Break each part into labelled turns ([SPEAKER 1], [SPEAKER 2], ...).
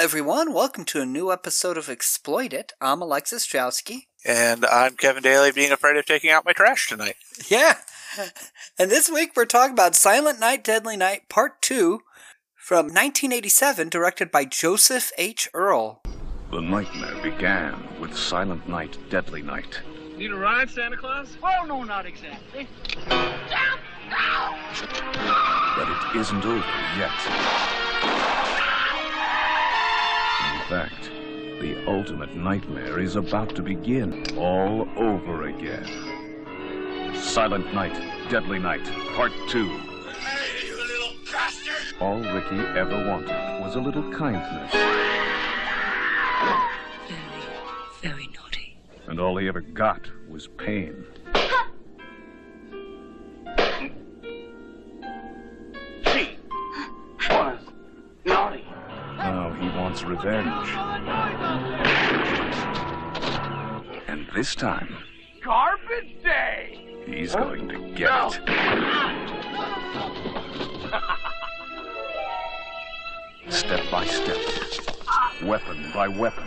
[SPEAKER 1] everyone. Welcome to a new episode of Exploit It. I'm Alexis Strowski.
[SPEAKER 2] And I'm Kevin Daly, being afraid of taking out my trash tonight.
[SPEAKER 1] Yeah. And this week we're talking about Silent Night, Deadly Night Part 2 from 1987, directed by Joseph H. Earl.
[SPEAKER 3] The nightmare began with Silent Night, Deadly Night.
[SPEAKER 4] Need a ride, Santa Claus?
[SPEAKER 5] Well, no, not exactly.
[SPEAKER 3] But it isn't over yet. In fact, the ultimate nightmare is about to begin all over again. Silent Night, Deadly Night, Part 2. All Ricky ever wanted was a little kindness,
[SPEAKER 6] Very, very naughty.
[SPEAKER 3] and all he ever got was pain.
[SPEAKER 5] She was naughty.
[SPEAKER 3] Now he wants revenge. And this time,
[SPEAKER 5] Garbage day.
[SPEAKER 3] he's going to get it. Step by step, weapon by weapon.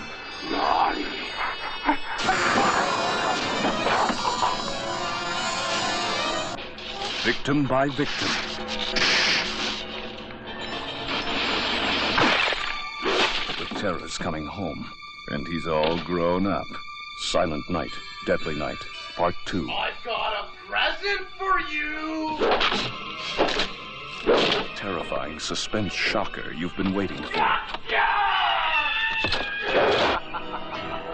[SPEAKER 3] Victim by victim. The terror's coming home, and he's all grown up. Silent Night, Deadly Night, Part 2.
[SPEAKER 5] Got a present for you.
[SPEAKER 3] Terrifying suspense shocker you've been waiting for.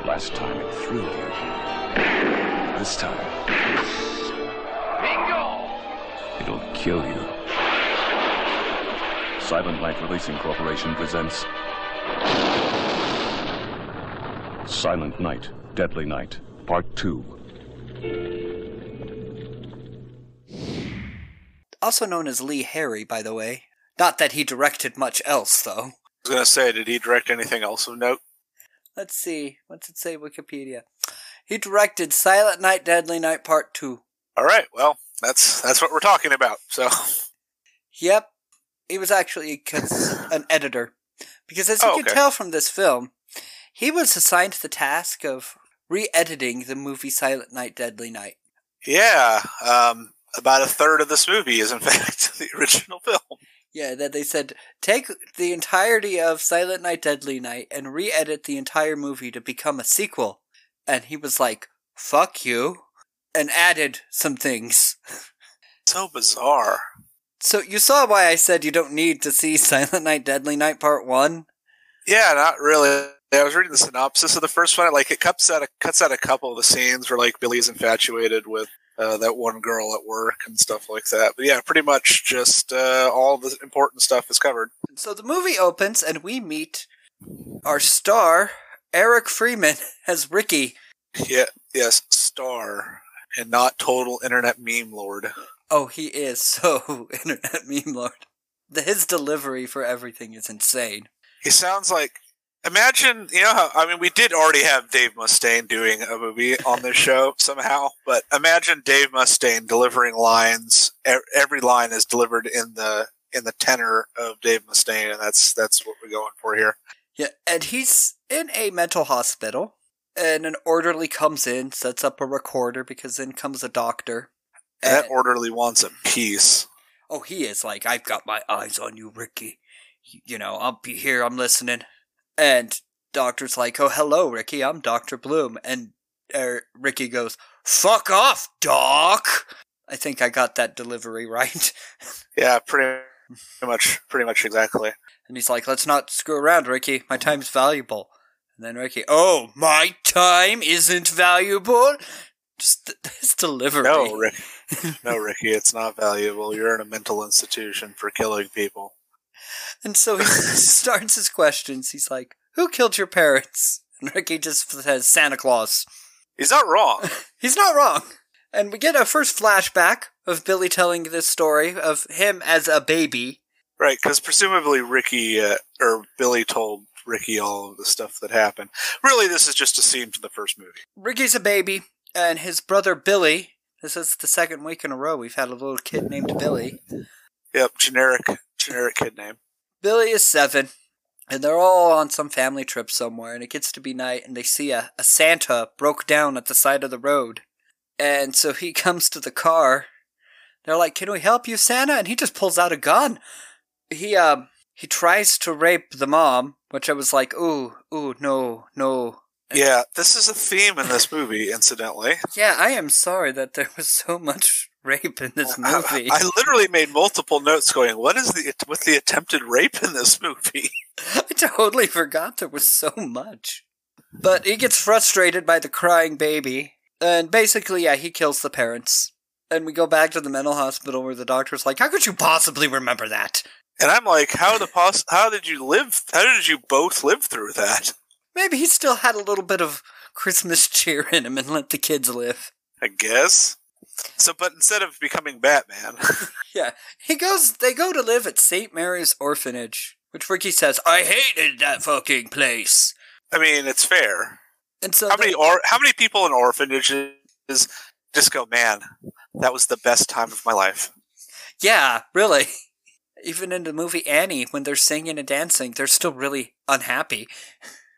[SPEAKER 3] Last time it threw you. This time,
[SPEAKER 5] Bingo.
[SPEAKER 3] it'll kill you. Silent Night Releasing Corporation presents Silent Night, Deadly Night, Part 2.
[SPEAKER 1] Also known as Lee Harry, by the way. Not that he directed much else, though.
[SPEAKER 2] I was going to say, did he direct anything else of note?
[SPEAKER 1] Let's see. What's it say, Wikipedia? He directed Silent Night, Deadly Night Part 2.
[SPEAKER 2] All right, well, that's that's what we're talking about. So,
[SPEAKER 1] Yep. He was actually cons- an editor. Because as you
[SPEAKER 2] Oh,
[SPEAKER 1] can
[SPEAKER 2] okay.
[SPEAKER 1] tell from this film, he was assigned the task of re editing the movie Silent Night, Deadly Night.
[SPEAKER 2] yeah, um, about a third of this movie is in fact the original film.
[SPEAKER 1] Yeah, that they said take the entirety of Silent Night, Deadly Night and re edit the entire movie to become a sequel. And he was like, fuck you, and added some things.
[SPEAKER 2] So bizarre.
[SPEAKER 1] So you saw why I said you don't need to see Silent Night, Deadly Night Part 1?
[SPEAKER 2] Yeah, not really. I was reading the synopsis of the first one. Like, it cuts out a, cuts out a couple of the scenes where like Billy's infatuated with uh, that one girl at work and stuff like that. But yeah, pretty much just uh, all the important stuff is covered.
[SPEAKER 1] So the movie opens and we meet our star, Eric Freeman, as Ricky.
[SPEAKER 2] Yeah, yes, star and not total internet meme lord.
[SPEAKER 1] Oh, he is so internet meme lord. The- His delivery for everything is insane.
[SPEAKER 2] He sounds like. Imagine, you know, how, I mean, we did already have Dave Mustaine doing a movie on this show somehow, but imagine Dave Mustaine delivering lines. e- Every line is delivered in the in the tenor of Dave Mustaine, and that's that's what we're going for here.
[SPEAKER 1] Yeah, and he's in a mental hospital, and an orderly comes in, sets up a recorder because then comes a doctor.
[SPEAKER 2] And that
[SPEAKER 1] And-
[SPEAKER 2] orderly wants a piece.
[SPEAKER 1] oh, he is like, I've got my eyes on you, Ricky. You know, I'll be here, I'm listening. And doctor's like, oh, hello, Ricky, I'm Dr. Bloom. And er, Ricky goes, fuck off, doc! I think I got that delivery right.
[SPEAKER 2] Yeah, pretty much, pretty much exactly.
[SPEAKER 1] And he's like, let's not screw around, Ricky. My time's valuable. And then Ricky, oh, my time isn't valuable? Just th- this delivery.
[SPEAKER 2] No, Rick, no, Ricky, it's not valuable. You're in a mental institution for killing people.
[SPEAKER 1] And so he starts his questions. He's like, Who killed your parents? And Ricky just says, Santa Claus.
[SPEAKER 2] He's not wrong.
[SPEAKER 1] He's not wrong. And we get our first flashback of Billy telling this story of him as a baby.
[SPEAKER 2] Right, because presumably Ricky uh, or Billy told Ricky all of the stuff that happened. Really, this is just a scene from the first movie.
[SPEAKER 1] Ricky's a baby, and his brother Billy. This is the second week in a row we've had a little kid named Billy.
[SPEAKER 2] Yep, generic, generic kid name.
[SPEAKER 1] Billy is seven, and they're all on some family trip somewhere, and it gets to be night, and they see a, a Santa broke down at the side of the road. And so he comes to the car. They're like, Can we help you, Santa? And he just pulls out a gun. He, um, he tries to rape the mom, which I was like, ooh, ooh, no, no.
[SPEAKER 2] Yeah, this is a theme in this movie, incidentally.
[SPEAKER 1] Yeah, I am sorry that there was so much rape in this movie.
[SPEAKER 2] I literally made multiple notes going, what is the with the attempted rape in this movie?
[SPEAKER 1] I totally forgot there was so much. But he gets frustrated by the crying baby, and basically, yeah, he kills the parents. And we go back to the mental hospital where the doctor's like, How could you possibly remember that?
[SPEAKER 2] And I'm like, how the poss- how did you live how did you both live through that?
[SPEAKER 1] Maybe he still had a little bit of Christmas cheer in him and let the kids live.
[SPEAKER 2] I guess. So but instead of becoming Batman,
[SPEAKER 1] Yeah. He goes they go to live at St. Mary's Orphanage, which Ricky says, I hated that fucking place.
[SPEAKER 2] I mean, it's fair.
[SPEAKER 1] And so
[SPEAKER 2] How
[SPEAKER 1] they-
[SPEAKER 2] many or- how many people in orphanages just go, man, that was the best time of my life.
[SPEAKER 1] Yeah, really. Even in the movie Annie, when they're singing and dancing, they're still really unhappy.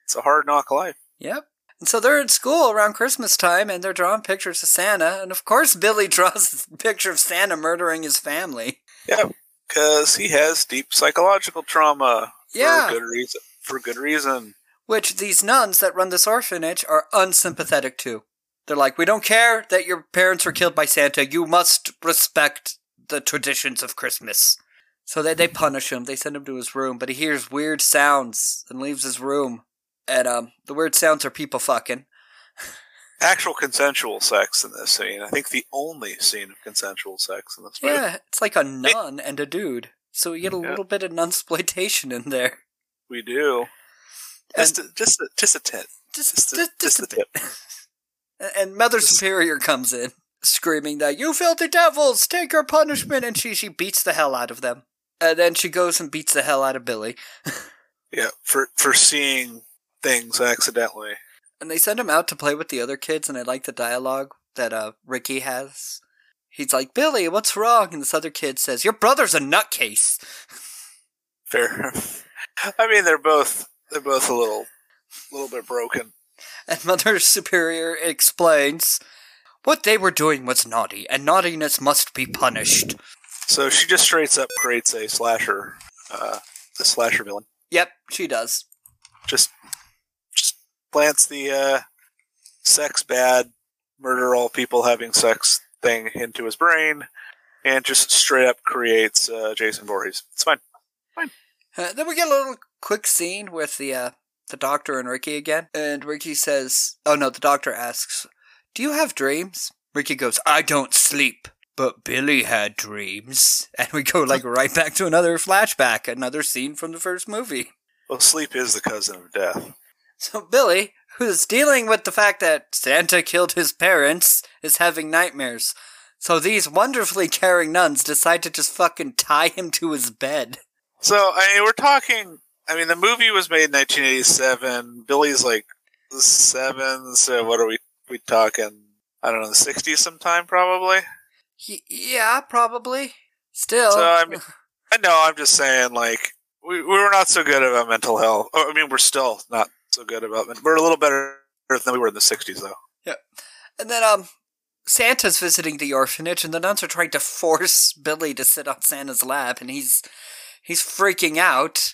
[SPEAKER 2] It's a hard knock life.
[SPEAKER 1] Yep. And so they're at school around Christmas time and they're drawing pictures of Santa. And of course, Billy draws a picture of Santa murdering his family.
[SPEAKER 2] Yeah, because he has deep psychological trauma.
[SPEAKER 1] Yeah.
[SPEAKER 2] For good reason. For good reason.
[SPEAKER 1] Which these nuns that run this orphanage are unsympathetic to. They're like, we don't care that your parents were killed by Santa. You must respect the traditions of Christmas. So they, they punish him. They send him to his room, but he hears weird sounds and leaves his room. And um, the weird sounds are people fucking.
[SPEAKER 2] Actual consensual sex in this scene. I think the only scene of consensual sex in this movie.
[SPEAKER 1] Yeah, it's like a nun and a dude. So you get a
[SPEAKER 2] Yeah.
[SPEAKER 1] little bit of nunsploitation in there.
[SPEAKER 2] We do. Just, a, just, a, just a tit.
[SPEAKER 1] just,
[SPEAKER 2] Just
[SPEAKER 1] just,
[SPEAKER 2] a-
[SPEAKER 1] just,
[SPEAKER 2] just
[SPEAKER 1] a
[SPEAKER 2] a
[SPEAKER 1] bit. and Mother Superior comes in, screaming that you filthy devils, take your punishment, and she she beats the hell out of them. And then she goes and beats the hell out of Billy,
[SPEAKER 2] Yeah, for for seeing things accidentally.
[SPEAKER 1] and they send him out to play with the other kids. And I like the dialogue that uh Ricky has. He's like, Billy, what's wrong? And this other kid says, Your brother's a nutcase.
[SPEAKER 2] Fair. I mean, they're both they're both a little little bit broken.
[SPEAKER 1] And Mother Superior explains, What they were doing was naughty, and naughtiness must be punished.
[SPEAKER 2] So she just straight up creates a slasher, uh, the slasher villain.
[SPEAKER 1] Yep, she does.
[SPEAKER 2] just just plants the uh, sex bad murder all people having sex thing into his brain and just straight up creates uh, Jason Voorhees. It's fine.
[SPEAKER 1] Uh, then we get a little quick scene with the uh, the doctor and Ricky again, and Ricky says, "Oh no!" The doctor asks, "Do you have dreams?" Ricky goes, "I don't sleep." But Billy had dreams, and we go like right back to another flashback, another scene from the first movie.
[SPEAKER 2] Well, sleep is the cousin of death.
[SPEAKER 1] So Billy, who's dealing with the fact that Santa killed his parents, is having nightmares. So these wonderfully caring nuns decide to just fucking tie him to his bed.
[SPEAKER 2] So I mean, we're talking. I mean, the movie was made in 1987. Billy's like seven. So what are we we talking? I don't know, the 60s sometime probably.
[SPEAKER 1] Y- yeah, probably. Still,
[SPEAKER 2] So I mean, I know. I'm just saying, like we we were not so good about mental health. Oh, I mean, we're still not so good about. men- We're a little better than we were in the '60s, though.
[SPEAKER 1] And then um Santa's visiting the orphanage and the nuns are trying to force Billy to sit on Santa's lap and he's he's freaking out.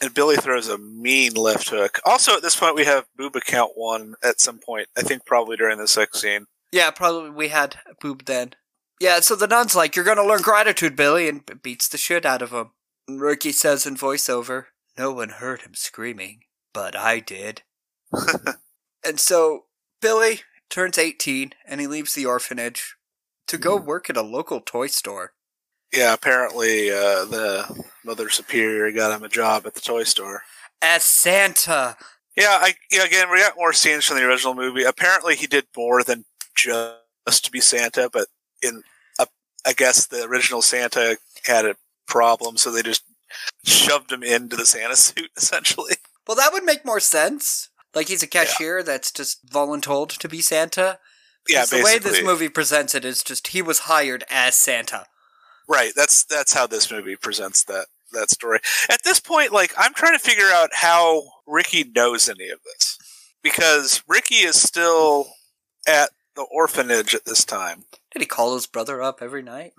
[SPEAKER 2] And Billy throws a mean left hook. Also, at this point, we have boob account one at some point. I think probably during the sex scene.
[SPEAKER 1] Yeah, probably we had a boob then. Yeah, so the nun's like, You're gonna learn gratitude, Billy, and b- beats the shit out of him. And Ricky says in voiceover, No one heard him screaming, but I did. and so Billy turns 18 and he leaves the orphanage to go work at a local toy store.
[SPEAKER 2] Yeah, apparently uh, the mother superior got him a job at the toy store.
[SPEAKER 1] As Santa!
[SPEAKER 2] Yeah, I yeah, again we got more scenes from the original movie. Apparently, he did more than just to be Santa, but in uh, I guess the original Santa had a problem, so they just shoved him into the Santa suit essentially.
[SPEAKER 1] Well, that would make more sense. Like he's a cashier that's just voluntold to be Santa.
[SPEAKER 2] Yeah,
[SPEAKER 1] 'Cause
[SPEAKER 2] basically.
[SPEAKER 1] the way this movie presents it is just he was hired as Santa.
[SPEAKER 2] Right. That's that's how this movie presents that. that story. At this point, like I'm trying to figure out how Ricky knows any of this because Ricky is still at the orphanage at this time,
[SPEAKER 1] Did he call his brother up every night?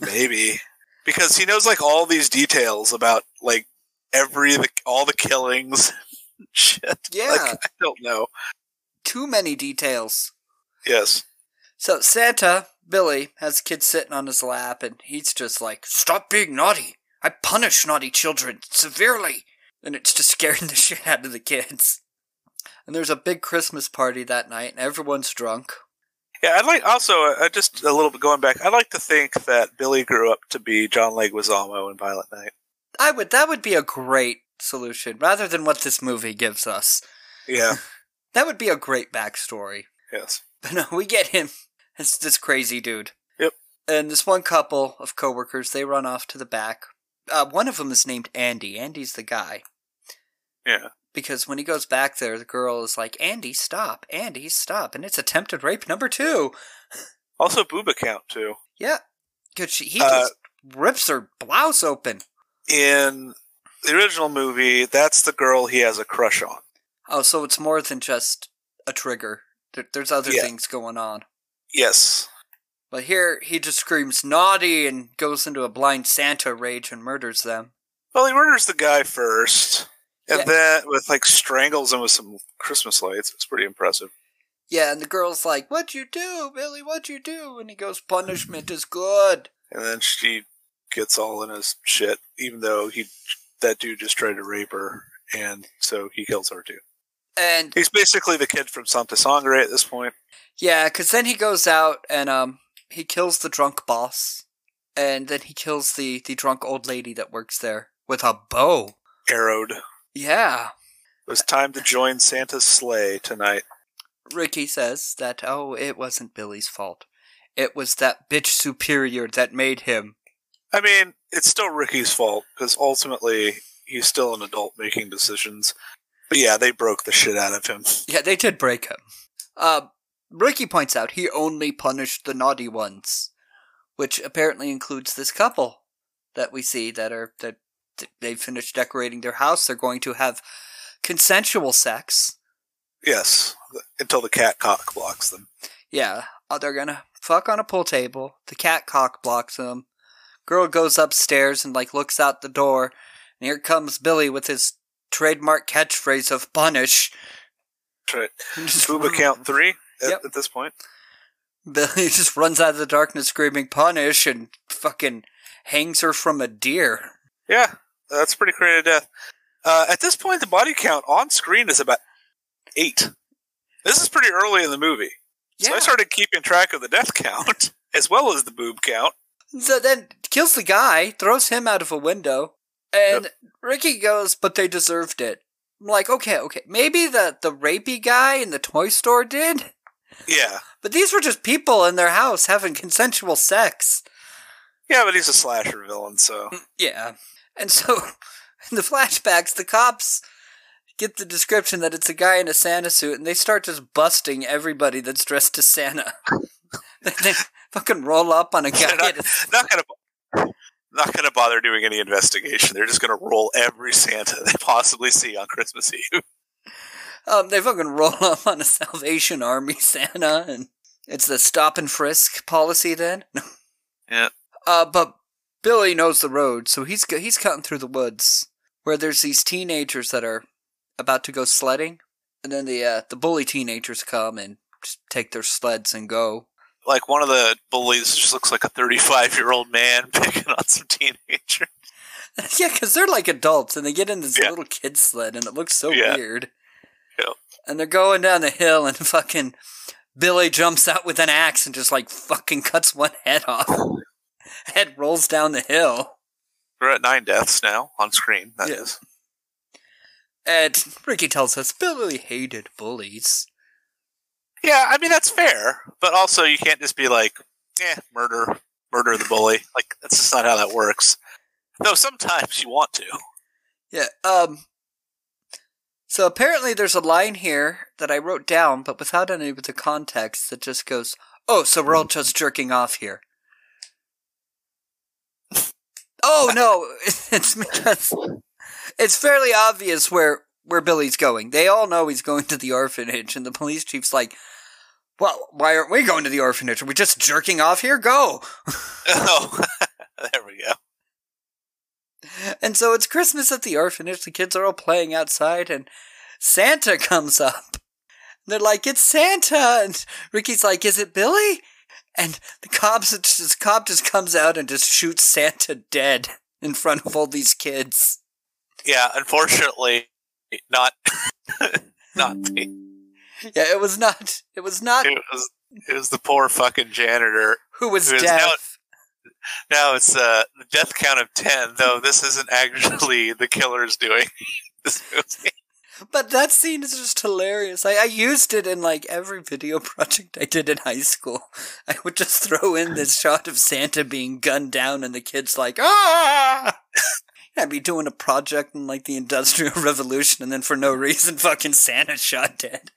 [SPEAKER 2] maybe because he knows like all these details about like every the, all the killings. and Shit,
[SPEAKER 1] Yeah,
[SPEAKER 2] Like, I don't know.
[SPEAKER 1] too many details.
[SPEAKER 2] Yes,
[SPEAKER 1] So Santa, Billy, has the kid sitting on his lap and he's just like, Stop being naughty. I punish naughty children severely. And it's just scaring the shit out of the kids. And there's a big Christmas party that night and everyone's drunk.
[SPEAKER 2] yeah. I'd like also uh, just a little bit going back. I'd like to think that Billy grew up to be John Leguizamo in Violent Night.
[SPEAKER 1] I would that would be a great solution rather than what this movie gives us.
[SPEAKER 2] Yeah.
[SPEAKER 1] That would be a great backstory.
[SPEAKER 2] yes.
[SPEAKER 1] But no, we get him. It's this crazy dude.
[SPEAKER 2] Yep.
[SPEAKER 1] And this one couple of coworkers, they run off to the back. Uh, one of them is named Andy. Andy's the guy.
[SPEAKER 2] Yeah.
[SPEAKER 1] Because when he goes back there, the girl is like, Andy, stop. Andy, stop. And it's attempted rape number two.
[SPEAKER 2] Also, boob account too.
[SPEAKER 1] Yeah. Good. She, he
[SPEAKER 2] Uh,
[SPEAKER 1] just rips her blouse open.
[SPEAKER 2] in the original movie, that's the girl he has a crush on.
[SPEAKER 1] Oh, so it's more than just a trigger. There, there's other
[SPEAKER 2] Yeah.
[SPEAKER 1] things going on.
[SPEAKER 2] Yes.
[SPEAKER 1] But here, he just screams naughty and goes into a blind Santa rage and murders them.
[SPEAKER 2] Well, he murders the guy first, and
[SPEAKER 1] Yeah.
[SPEAKER 2] then with like strangles him with some Christmas lights. It's pretty impressive.
[SPEAKER 1] Yeah, and the girl's like, "What'd you do, Billy? What'd you do?" And he goes, "Punishment is good."
[SPEAKER 2] And then she gets all in his shit, even though he that dude just tried to rape her, and so he kills her too.
[SPEAKER 1] And
[SPEAKER 2] He's basically the kid from Santa Sangre at this point.
[SPEAKER 1] yeah, because then he goes out and um he kills the drunk boss, and then he kills the the drunk old lady that works there with a bow.
[SPEAKER 2] Arrowed. It
[SPEAKER 1] Yeah,
[SPEAKER 2] was time to join Santa's sleigh tonight.
[SPEAKER 1] Ricky says that. Oh, it wasn't Billy's fault. It was that bitch superior that made him.
[SPEAKER 2] I mean, it's still Ricky's fault because ultimately he's still an adult making decisions. But yeah, they broke the shit out of him.
[SPEAKER 1] Yeah, they did break him. Uh, Ricky points out he only punished the naughty ones, which apparently includes this couple that we see that are that that they've finished decorating their house. They're going to have consensual sex.
[SPEAKER 2] Yes, th- until the cat cock blocks them.
[SPEAKER 1] Yeah, uh, they're gonna fuck on a pool table. The cat cock blocks them. Girl goes upstairs and like looks out the door, and here comes Billy with his trademark catchphrase of "punish."
[SPEAKER 2] Right. Boob count three at,
[SPEAKER 1] Yep.
[SPEAKER 2] at this point.
[SPEAKER 1] Billy just runs out of the darkness screaming punish and fucking hangs her from a deer.
[SPEAKER 2] Yeah, that's pretty creative death. Uh, at this point, the body count on screen is about eight. This is pretty early in the movie, so I started keeping track of the death count as well as the boob count.
[SPEAKER 1] So then kills the guy, throws him out of a window, and Ricky goes, but they deserved it. I'm like, okay, okay. Maybe the, the rapey guy in the toy store did,
[SPEAKER 2] Yeah,
[SPEAKER 1] but these were just people in their house having consensual sex.
[SPEAKER 2] yeah, but he's a slasher villain, so
[SPEAKER 1] Yeah. And so in the flashbacks, the cops get the description that it's a guy in a Santa suit and they start just busting everybody that's dressed as Santa. they they fucking roll up on a guy.
[SPEAKER 2] They're not-
[SPEAKER 1] in a-
[SPEAKER 2] not gonna not gonna bother doing any investigation. They're just gonna roll every Santa they possibly see on Christmas Eve.
[SPEAKER 1] um, they fucking roll up on a Salvation Army Santa and it's the stop and frisk policy then.
[SPEAKER 2] Yeah.
[SPEAKER 1] Uh, but Billy knows the road, so he's go- he's cutting through the woods where there's these teenagers that are about to go sledding, and then the uh, the bully teenagers come and just take their sleds and go.
[SPEAKER 2] Like one of the bullies just looks like a thirty-five year old man picking on some teenager.
[SPEAKER 1] yeah, because they're like adults and they get in this
[SPEAKER 2] Yeah.
[SPEAKER 1] little kid sled, and it looks so
[SPEAKER 2] Yeah.
[SPEAKER 1] weird.
[SPEAKER 2] Yeah.
[SPEAKER 1] And they're going down the hill, and fucking Billy jumps out with an axe and just like fucking cuts one head off. head rolls down the hill.
[SPEAKER 2] We're at nine deaths now on screen. That
[SPEAKER 1] Yeah.
[SPEAKER 2] is.
[SPEAKER 1] And Ricky tells us Billy hated bullies.
[SPEAKER 2] yeah. I mean that's fair, but also you can't just be like, "Yeah, murder, murder the bully." Like that's just not how that works. Though sometimes you want to.
[SPEAKER 1] Yeah. Um. So apparently, there's a line here that I wrote down, but without any of the context, that just goes, "Oh, so we're all just jerking off here." Oh, no, no. It's because it's fairly obvious where where Billy's going. They all know he's going to the orphanage, and the police chief's like, "Well, why aren't we going to the orphanage? Are we just jerking off here? Go!"
[SPEAKER 2] Oh, there we go.
[SPEAKER 1] And so it's Christmas at the orphanage. The kids are all playing outside, and Santa comes up. They're like, "It's Santa!" And Ricky's like, "Is it Billy?" And the cops, it's just, cop just comes out and just shoots Santa dead in front of all these kids.
[SPEAKER 2] Yeah, unfortunately, not not the.
[SPEAKER 1] Yeah, it was not. It was not
[SPEAKER 2] It was it was the poor fucking janitor.
[SPEAKER 1] who was
[SPEAKER 2] it was
[SPEAKER 1] deaf.
[SPEAKER 2] not- Now it's uh, the death count of ten, though this isn't actually the killer's doing. This movie.
[SPEAKER 1] But that scene is just hilarious. I, I used it in like every video project I did in high school. I would just throw in this shot of Santa being gunned down and the kids like, ah! I'd be doing a project in like the Industrial Revolution and then for no reason fucking Santa shot dead.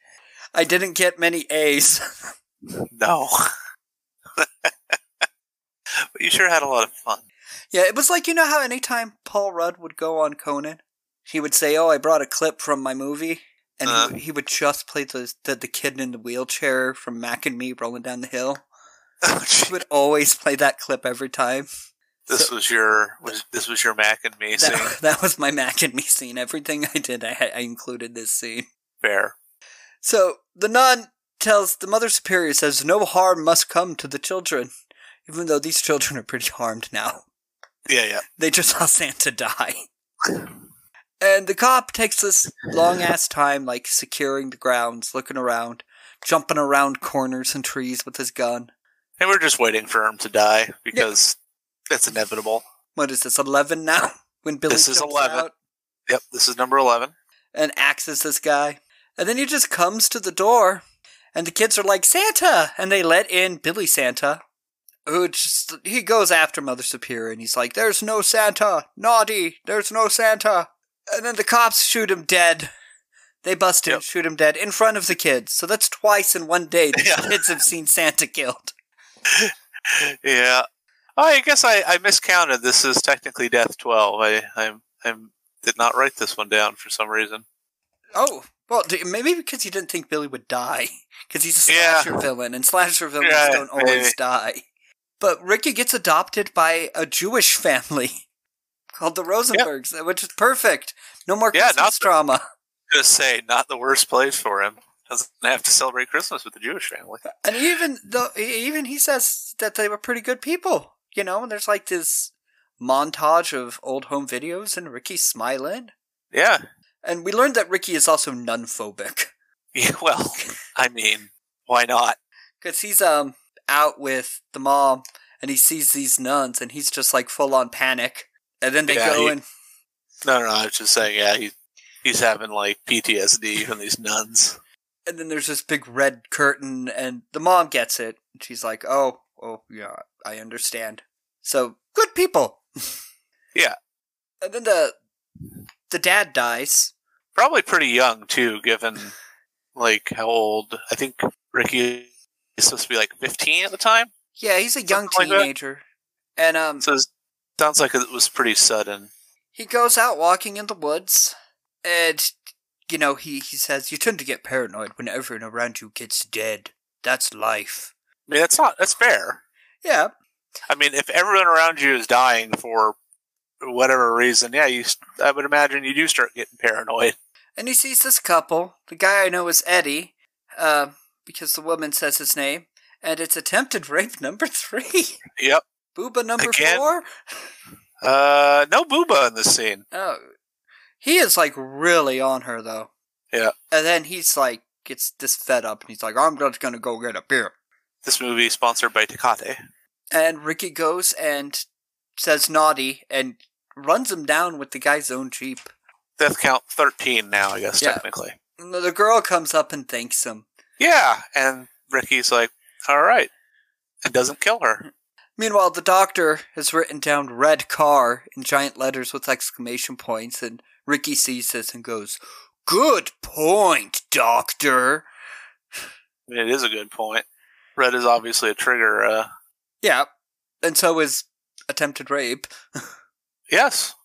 [SPEAKER 1] I didn't get many A's.
[SPEAKER 2] No. but you sure had a lot of fun.
[SPEAKER 1] Yeah, it was like you know how anytime Paul Rudd would go on Conan, he would say, "Oh, I brought a clip from my movie," and
[SPEAKER 2] Uh.
[SPEAKER 1] he, he would just play the, the the kid in the wheelchair from Mac and Me rolling down the hill.
[SPEAKER 2] Oh,
[SPEAKER 1] He
[SPEAKER 2] gee,
[SPEAKER 1] would always play that clip every time.
[SPEAKER 2] this was your was, this was your Mac and me scene.
[SPEAKER 1] That, that was my Mac and Me scene. Everything I did, I, had- I included this scene.
[SPEAKER 2] Fair.
[SPEAKER 1] So the nun tells the mother superior says, "No harm must come to the children," even though these children are pretty harmed now.
[SPEAKER 2] Yeah, yeah.
[SPEAKER 1] They just saw Santa die. And the cop takes this long ass time, like securing the grounds, looking around, jumping around corners and trees with his gun.
[SPEAKER 2] And we're just waiting for him to die because that's inevitable.
[SPEAKER 1] What is this, 11 now? When Billy
[SPEAKER 2] This is
[SPEAKER 1] jumps
[SPEAKER 2] 11.
[SPEAKER 1] out
[SPEAKER 2] Yep, this is number eleven.
[SPEAKER 1] and axes this guy. And then he just comes to the door, and the kids are like, Santa! And they let in Billy Santa, who just, he goes after Mother Superior and he's like, There's no Santa! Naughty! There's no Santa! And then the cops shoot him dead. They bust him,
[SPEAKER 2] Yep.
[SPEAKER 1] shoot him dead in front of the kids. So that's twice in one day the
[SPEAKER 2] Yeah.
[SPEAKER 1] kids have seen Santa killed.
[SPEAKER 2] Yeah. Oh, I guess I, I miscounted. This is technically death twelve. I I I did not write this one down for some reason.
[SPEAKER 1] Oh, well, d- maybe because he didn't think Billy would die. Because he's a
[SPEAKER 2] Yeah.
[SPEAKER 1] slasher villain, and slasher villains
[SPEAKER 2] Yeah,
[SPEAKER 1] don't always
[SPEAKER 2] maybe.
[SPEAKER 1] die. But Ricky gets adopted by a Jewish family called the Rosenbergs, uh, which is perfect. No more
[SPEAKER 2] Yeah,
[SPEAKER 1] Christmas
[SPEAKER 2] not-
[SPEAKER 1] drama.
[SPEAKER 2] Just say not the worst place for him. Doesn't have to celebrate Christmas with the Jewish family.
[SPEAKER 1] And even though, e, even he says that they were pretty good people, you know. And there's like this montage of old home videos and Ricky smiling.
[SPEAKER 2] Yeah.
[SPEAKER 1] And we learned that Ricky is also nun phobic.
[SPEAKER 2] yeah well, I mean, why not?
[SPEAKER 1] because he's um out with the mom and he sees these nuns and he's just like full on panic and then they
[SPEAKER 2] Yeah,
[SPEAKER 1] go
[SPEAKER 2] he-
[SPEAKER 1] and
[SPEAKER 2] No, no, I was just saying. Yeah, he, he's having like PTSD from these nuns.
[SPEAKER 1] and then there's this big red curtain and the mom gets it and she's like oh oh yeah i understand so good people
[SPEAKER 2] Yeah.
[SPEAKER 1] and then the the dad dies
[SPEAKER 2] Probably pretty young too, given like how old. I think Ricky is supposed to be like 15 at the time.
[SPEAKER 1] yeah he's a young
[SPEAKER 2] Something like that.
[SPEAKER 1] teenager and um
[SPEAKER 2] So it sounds like it was pretty sudden.
[SPEAKER 1] he goes out walking in the woods and you know he, he says you tend to get paranoid when everyone around you gets dead that's life
[SPEAKER 2] I mean, that's not that's fair.
[SPEAKER 1] yeah
[SPEAKER 2] I mean, if everyone around you is dying for whatever reason, yeah, you. s- I would imagine you do start getting paranoid.
[SPEAKER 1] and he sees this couple. The guy I know is Eddie, uh, because the woman says his name, and it's attempted rape number three.
[SPEAKER 2] Yep.
[SPEAKER 1] Booba number
[SPEAKER 2] Again?
[SPEAKER 1] four.
[SPEAKER 2] Uh, no booba in this scene.
[SPEAKER 1] Oh, he is like really on her though.
[SPEAKER 2] Yeah.
[SPEAKER 1] And then he's like, gets this fed up, and he's like, "I'm just gonna go get a beer."
[SPEAKER 2] This movie is sponsored by Tecate.
[SPEAKER 1] And Ricky goes and says naughty and runs him down with the guy's own jeep.
[SPEAKER 2] Death count thirteen now, I guess
[SPEAKER 1] Yeah.
[SPEAKER 2] technically.
[SPEAKER 1] And the girl comes up and thanks him.
[SPEAKER 2] Yeah, and Ricky's like, all right, and doesn't kill her.
[SPEAKER 1] Meanwhile, the doctor has written down red car in giant letters with exclamation points, and Ricky sees this and goes, Good point, doctor.
[SPEAKER 2] I mean, it is a good point. Red is obviously a trigger. Uh,
[SPEAKER 1] Yeah, and so is attempted rape.
[SPEAKER 2] Yes,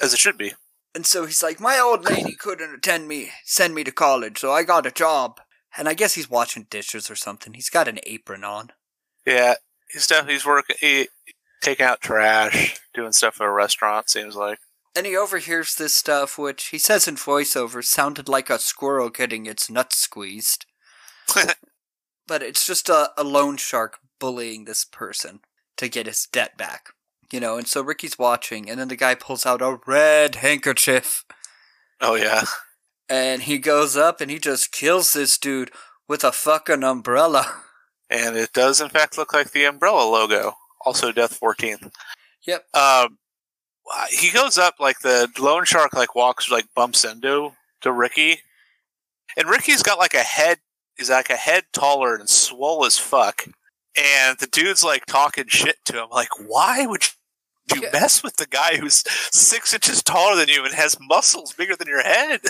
[SPEAKER 2] as it should be.
[SPEAKER 1] And so he's like, My old lady couldn't attend me, send me to college, so I got a job. And I guess he's washing dishes or something. He's got an apron on.
[SPEAKER 2] Yeah, he's definitely he's working, he, taking out trash, doing stuff at a restaurant. Seems like.
[SPEAKER 1] And he overhears this stuff, which he says in voiceover sounded like a squirrel getting its nuts squeezed. but it's just a, a loan shark bullying this person to get his debt back. You know, and so Ricky's watching, and then the guy pulls out a red handkerchief.
[SPEAKER 2] Oh yeah,
[SPEAKER 1] And he goes up and he just kills this dude with a fucking umbrella.
[SPEAKER 2] and it does in fact look like the umbrella logo. Also, Death Fourteenth.
[SPEAKER 1] Yep.
[SPEAKER 2] Um, uh, he goes up like the loan shark, like walks, like bumps into to Ricky, and Ricky's got like a head. He's like a head taller and swole as fuck. And the dude's like talking shit to him, like, "Why would you
[SPEAKER 1] Yeah.
[SPEAKER 2] mess with the guy who's six inches taller than you and has muscles bigger than your head?"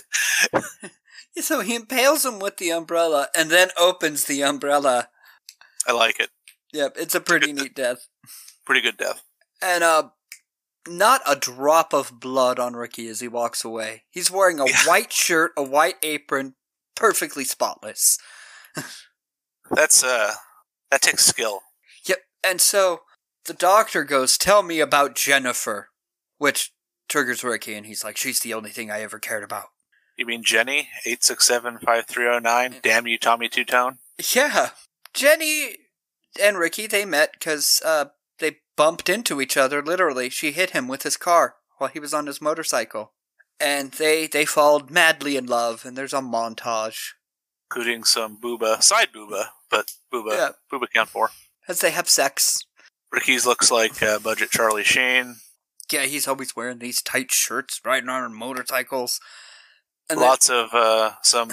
[SPEAKER 1] So he impales him with the umbrella and then opens the umbrella.
[SPEAKER 2] I like it.
[SPEAKER 1] Yep, it's a pretty neat death.
[SPEAKER 2] Pretty good death.
[SPEAKER 1] And uh not a drop of blood on Ricky as he walks away. He's wearing a
[SPEAKER 2] Yeah.
[SPEAKER 1] white shirt, a white apron, perfectly spotless.
[SPEAKER 2] That's uh, that takes skill.
[SPEAKER 1] Yep. And so the doctor goes, Tell me about Jennifer, which triggers Ricky, and he's like, She's the only thing I ever cared about.
[SPEAKER 2] You mean Jenny? 867-5309. Damn you, Tommy Two Tone.
[SPEAKER 1] Yeah. Jenny and Ricky, they met because uh, they bumped into each other, literally. She hit him with his car while he was on his motorcycle. And they, they fall madly in love, and there's a montage
[SPEAKER 2] Including some booba, side booba, but booba,
[SPEAKER 1] Yeah.
[SPEAKER 2] booba count for.
[SPEAKER 1] as they have sex.
[SPEAKER 2] Ricky's looks like uh, budget Charlie Sheen.
[SPEAKER 1] Yeah, he's always wearing these tight shirts, riding on motorcycles. And then-
[SPEAKER 2] Lots of uh, some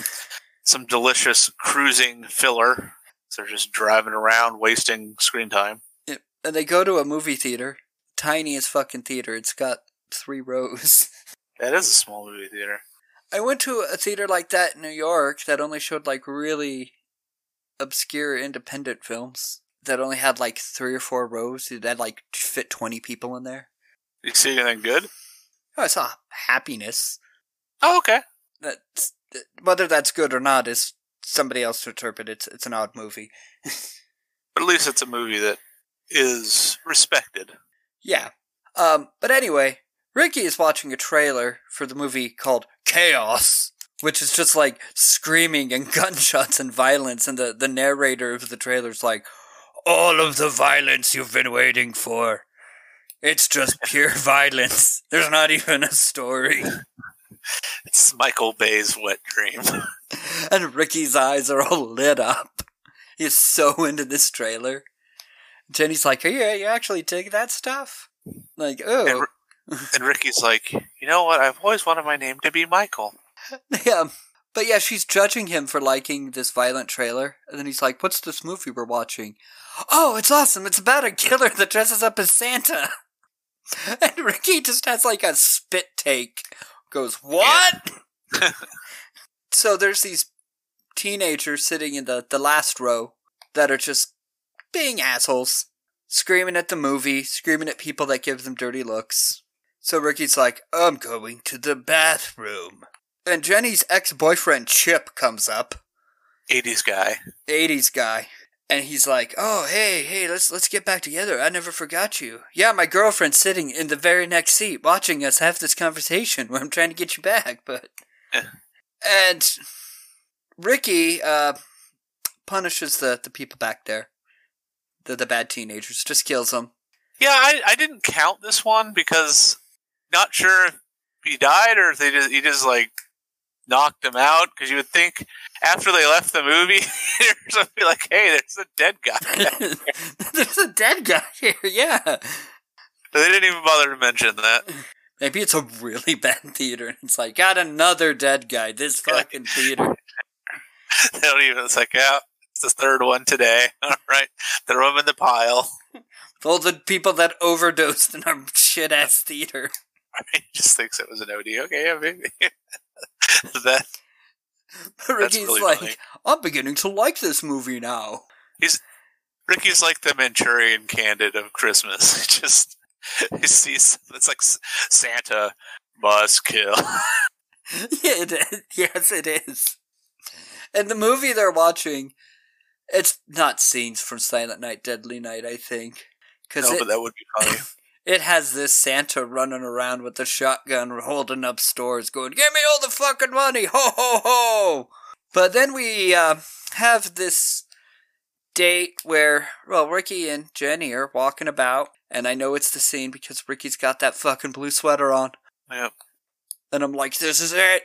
[SPEAKER 2] some delicious cruising filler. So they're just driving around, wasting screen time.
[SPEAKER 1] Yep. And they go to a movie theater, tiniest fucking theater. It's got three rows.
[SPEAKER 2] That is a small movie theater.
[SPEAKER 1] I went to a theater like that in New York that only showed like really obscure independent films that only had like three or four rows that had like fit 20 people in there.
[SPEAKER 2] You see anything good?
[SPEAKER 1] Oh, I saw Happiness.
[SPEAKER 2] Oh, okay.
[SPEAKER 1] That's, whether that's good or not is somebody else to interpret. It's, it's an odd movie.
[SPEAKER 2] But at least it's a movie that is respected.
[SPEAKER 1] Yeah. Um, but anyway, Ricky is watching a trailer for the movie called Chaos, which is just like screaming and gunshots and violence. And the, the narrator of the trailer's like, All of the violence you've been waiting for. It's just pure violence. There's not even a story.
[SPEAKER 2] It's Michael Bay's wet dream.
[SPEAKER 1] And Ricky's eyes are all lit up. He's so into this trailer. Jenny's like, Yeah, you actually dig that stuff? Like, oh.
[SPEAKER 2] And, Ri- and Ricky's like, you know what? I've always wanted my name to be Michael.
[SPEAKER 1] Yeah. But yeah, she's judging him for liking this violent trailer. And then he's like, What's this movie we're watching? Oh, it's awesome. It's about a killer that dresses up as Santa. And Ricky just has like a spit take. Goes, What? so there's these teenagers sitting in the, the last row that are just being assholes, screaming at the movie, screaming at people that give them dirty looks. So Ricky's like, I'm going to the bathroom. And Jenny's ex boyfriend Chip comes up,
[SPEAKER 2] 80s guy.
[SPEAKER 1] '80s guy, and he's like, "Oh, hey, hey, let's let's get back together. I never forgot you. Yeah, my girlfriend's sitting in the very next seat, watching us have this conversation where I'm trying to get you back." But
[SPEAKER 2] Yeah.
[SPEAKER 1] and Ricky uh, punishes the the people back there, the the bad teenagers, just kills them.
[SPEAKER 2] Yeah, I, I didn't count this one because not sure if he died or if they just he just like knocked him out. Because you would think after they left the movie, there's would be like, hey, there's a dead guy.
[SPEAKER 1] There's a dead guy here. Yeah.
[SPEAKER 2] But they didn't even bother to mention that.
[SPEAKER 1] Maybe it's a really bad theater, and it's like got another dead guy. This
[SPEAKER 2] Yeah.
[SPEAKER 1] fucking theater.
[SPEAKER 2] They don't even. It's like, yeah, it's the third one today. All right, throw him in the pile.
[SPEAKER 1] With all the people that overdosed in our shit ass theater.
[SPEAKER 2] He just thinks it was an OD. Okay, yeah, maybe. that
[SPEAKER 1] Ricky's
[SPEAKER 2] really
[SPEAKER 1] like,
[SPEAKER 2] funny.
[SPEAKER 1] I'm beginning to like this movie now.
[SPEAKER 2] Ricky's like the Manchurian Candid of Christmas. He just he sees it's like S- Santa must kill.
[SPEAKER 1] Yeah, it is. Yes, it is. And the movie they're watching, it's not scenes from Silent Night, Deadly Night, I think. Because
[SPEAKER 2] no,
[SPEAKER 1] it,
[SPEAKER 2] but that would be funny.
[SPEAKER 1] it has this Santa running around with a shotgun holding up stores going, Give me all the fucking money! Ho, ho, ho! But then we uh, have this date where, well, Ricky and Jenny are walking about, and I know it's the scene because Ricky's got that fucking blue sweater on.
[SPEAKER 2] Yep.
[SPEAKER 1] And I'm like, this is it.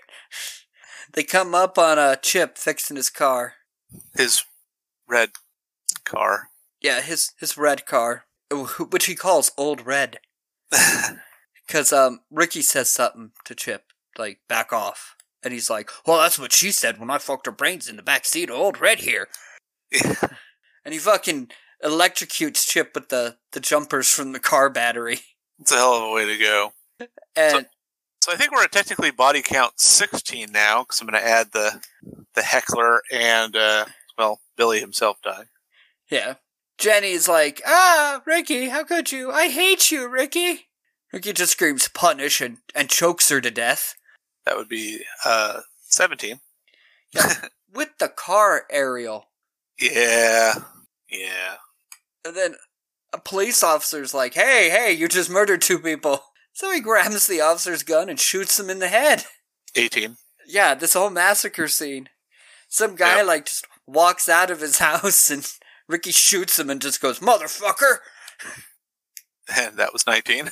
[SPEAKER 1] They come up on a chip fixing his car.
[SPEAKER 2] His red car.
[SPEAKER 1] Yeah, his his red car, wh- which he calls Old Red, because um Ricky says something to Chip like back off, and he's like, well, that's what she said when I fucked her brains in the back seat of Old Red here, and he fucking electrocutes Chip with the the jumpers from the car battery,
[SPEAKER 2] It's a hell of a way to go.
[SPEAKER 1] and
[SPEAKER 2] So I think we're at technically body count 16 now because I'm going to add the the heckler and uh, well Billy himself died.
[SPEAKER 1] Yeah. Jenny's like, ah, Ricky, how could you? I hate you, Ricky. Ricky just screams punish and, and chokes her to death
[SPEAKER 2] That would be uh, 17.
[SPEAKER 1] with the car aerial.
[SPEAKER 2] Yeah, yeah.
[SPEAKER 1] And then a police officer's like, hey, hey, you just murdered two people. So he grabs the officer's gun and shoots him in the head.
[SPEAKER 2] 18.
[SPEAKER 1] Yeah, this whole massacre scene. Some guy,
[SPEAKER 2] Yeah.
[SPEAKER 1] like, just walks out of his house and Ricky shoots him and just goes, motherfucker!
[SPEAKER 2] And that was 19.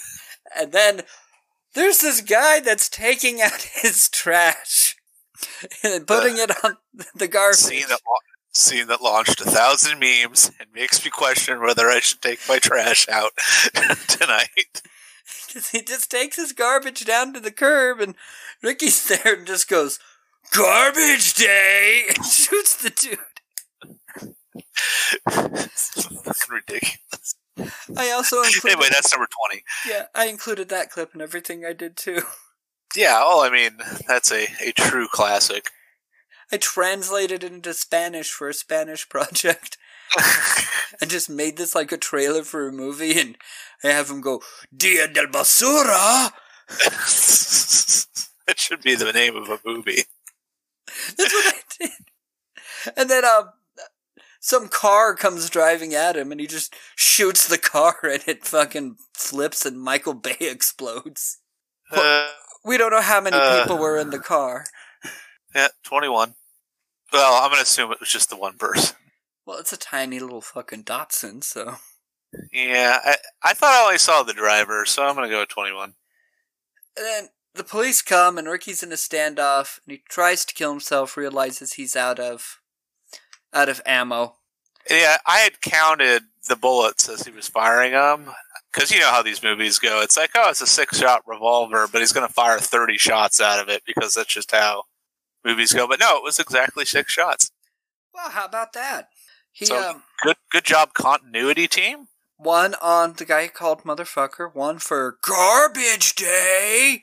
[SPEAKER 1] And then there's this guy that's taking out his trash and putting it on the garbage.
[SPEAKER 2] scene that lau- scene that launched a thousand memes and makes me question whether I should take my trash out tonight.
[SPEAKER 1] 'Cause he just takes his garbage down to the curb, and Ricky's there and just goes, Garbage Day! and shoots the dude.
[SPEAKER 2] It's fucking ridiculous.
[SPEAKER 1] I also included,
[SPEAKER 2] Anyway, that's number twenty.
[SPEAKER 1] yeah, I included that clip and everything I did too.
[SPEAKER 2] Yeah. Well, I mean, that's a, a true classic.
[SPEAKER 1] I translated it into Spanish for a Spanish project. and just made this like a trailer for a movie, and I have him go, Dia del Basura!
[SPEAKER 2] that should be the name of a movie.
[SPEAKER 1] That's what I did. And then um, some car comes driving at him, and he just shoots the car, and it fucking flips, and Michael Bay explodes.
[SPEAKER 2] Uh,
[SPEAKER 1] We don't know how many
[SPEAKER 2] Uh.
[SPEAKER 1] people were in the car.
[SPEAKER 2] yeah, twenty-one. Well, I'm gonna assume it was just the one person.
[SPEAKER 1] Well, it's a tiny little fucking Datsun, so
[SPEAKER 2] Yeah, I, I thought I only saw the driver, so I'm gonna go with twenty-one.
[SPEAKER 1] And then the police come, and Ricky's in a standoff, and he tries to kill himself, realizes he's out of out of ammo.
[SPEAKER 2] Yeah, I had counted the bullets as he was firing them. Because you know how these movies go. It's like, oh, it's a six shot revolver, but he's going to fire 30 shots out of it because that's just how movies go. But no, it was exactly six shots.
[SPEAKER 1] Well, how about that? He
[SPEAKER 2] So-
[SPEAKER 1] um,
[SPEAKER 2] Good good job, continuity team.
[SPEAKER 1] One on the guy who called motherfucker, one for garbage day,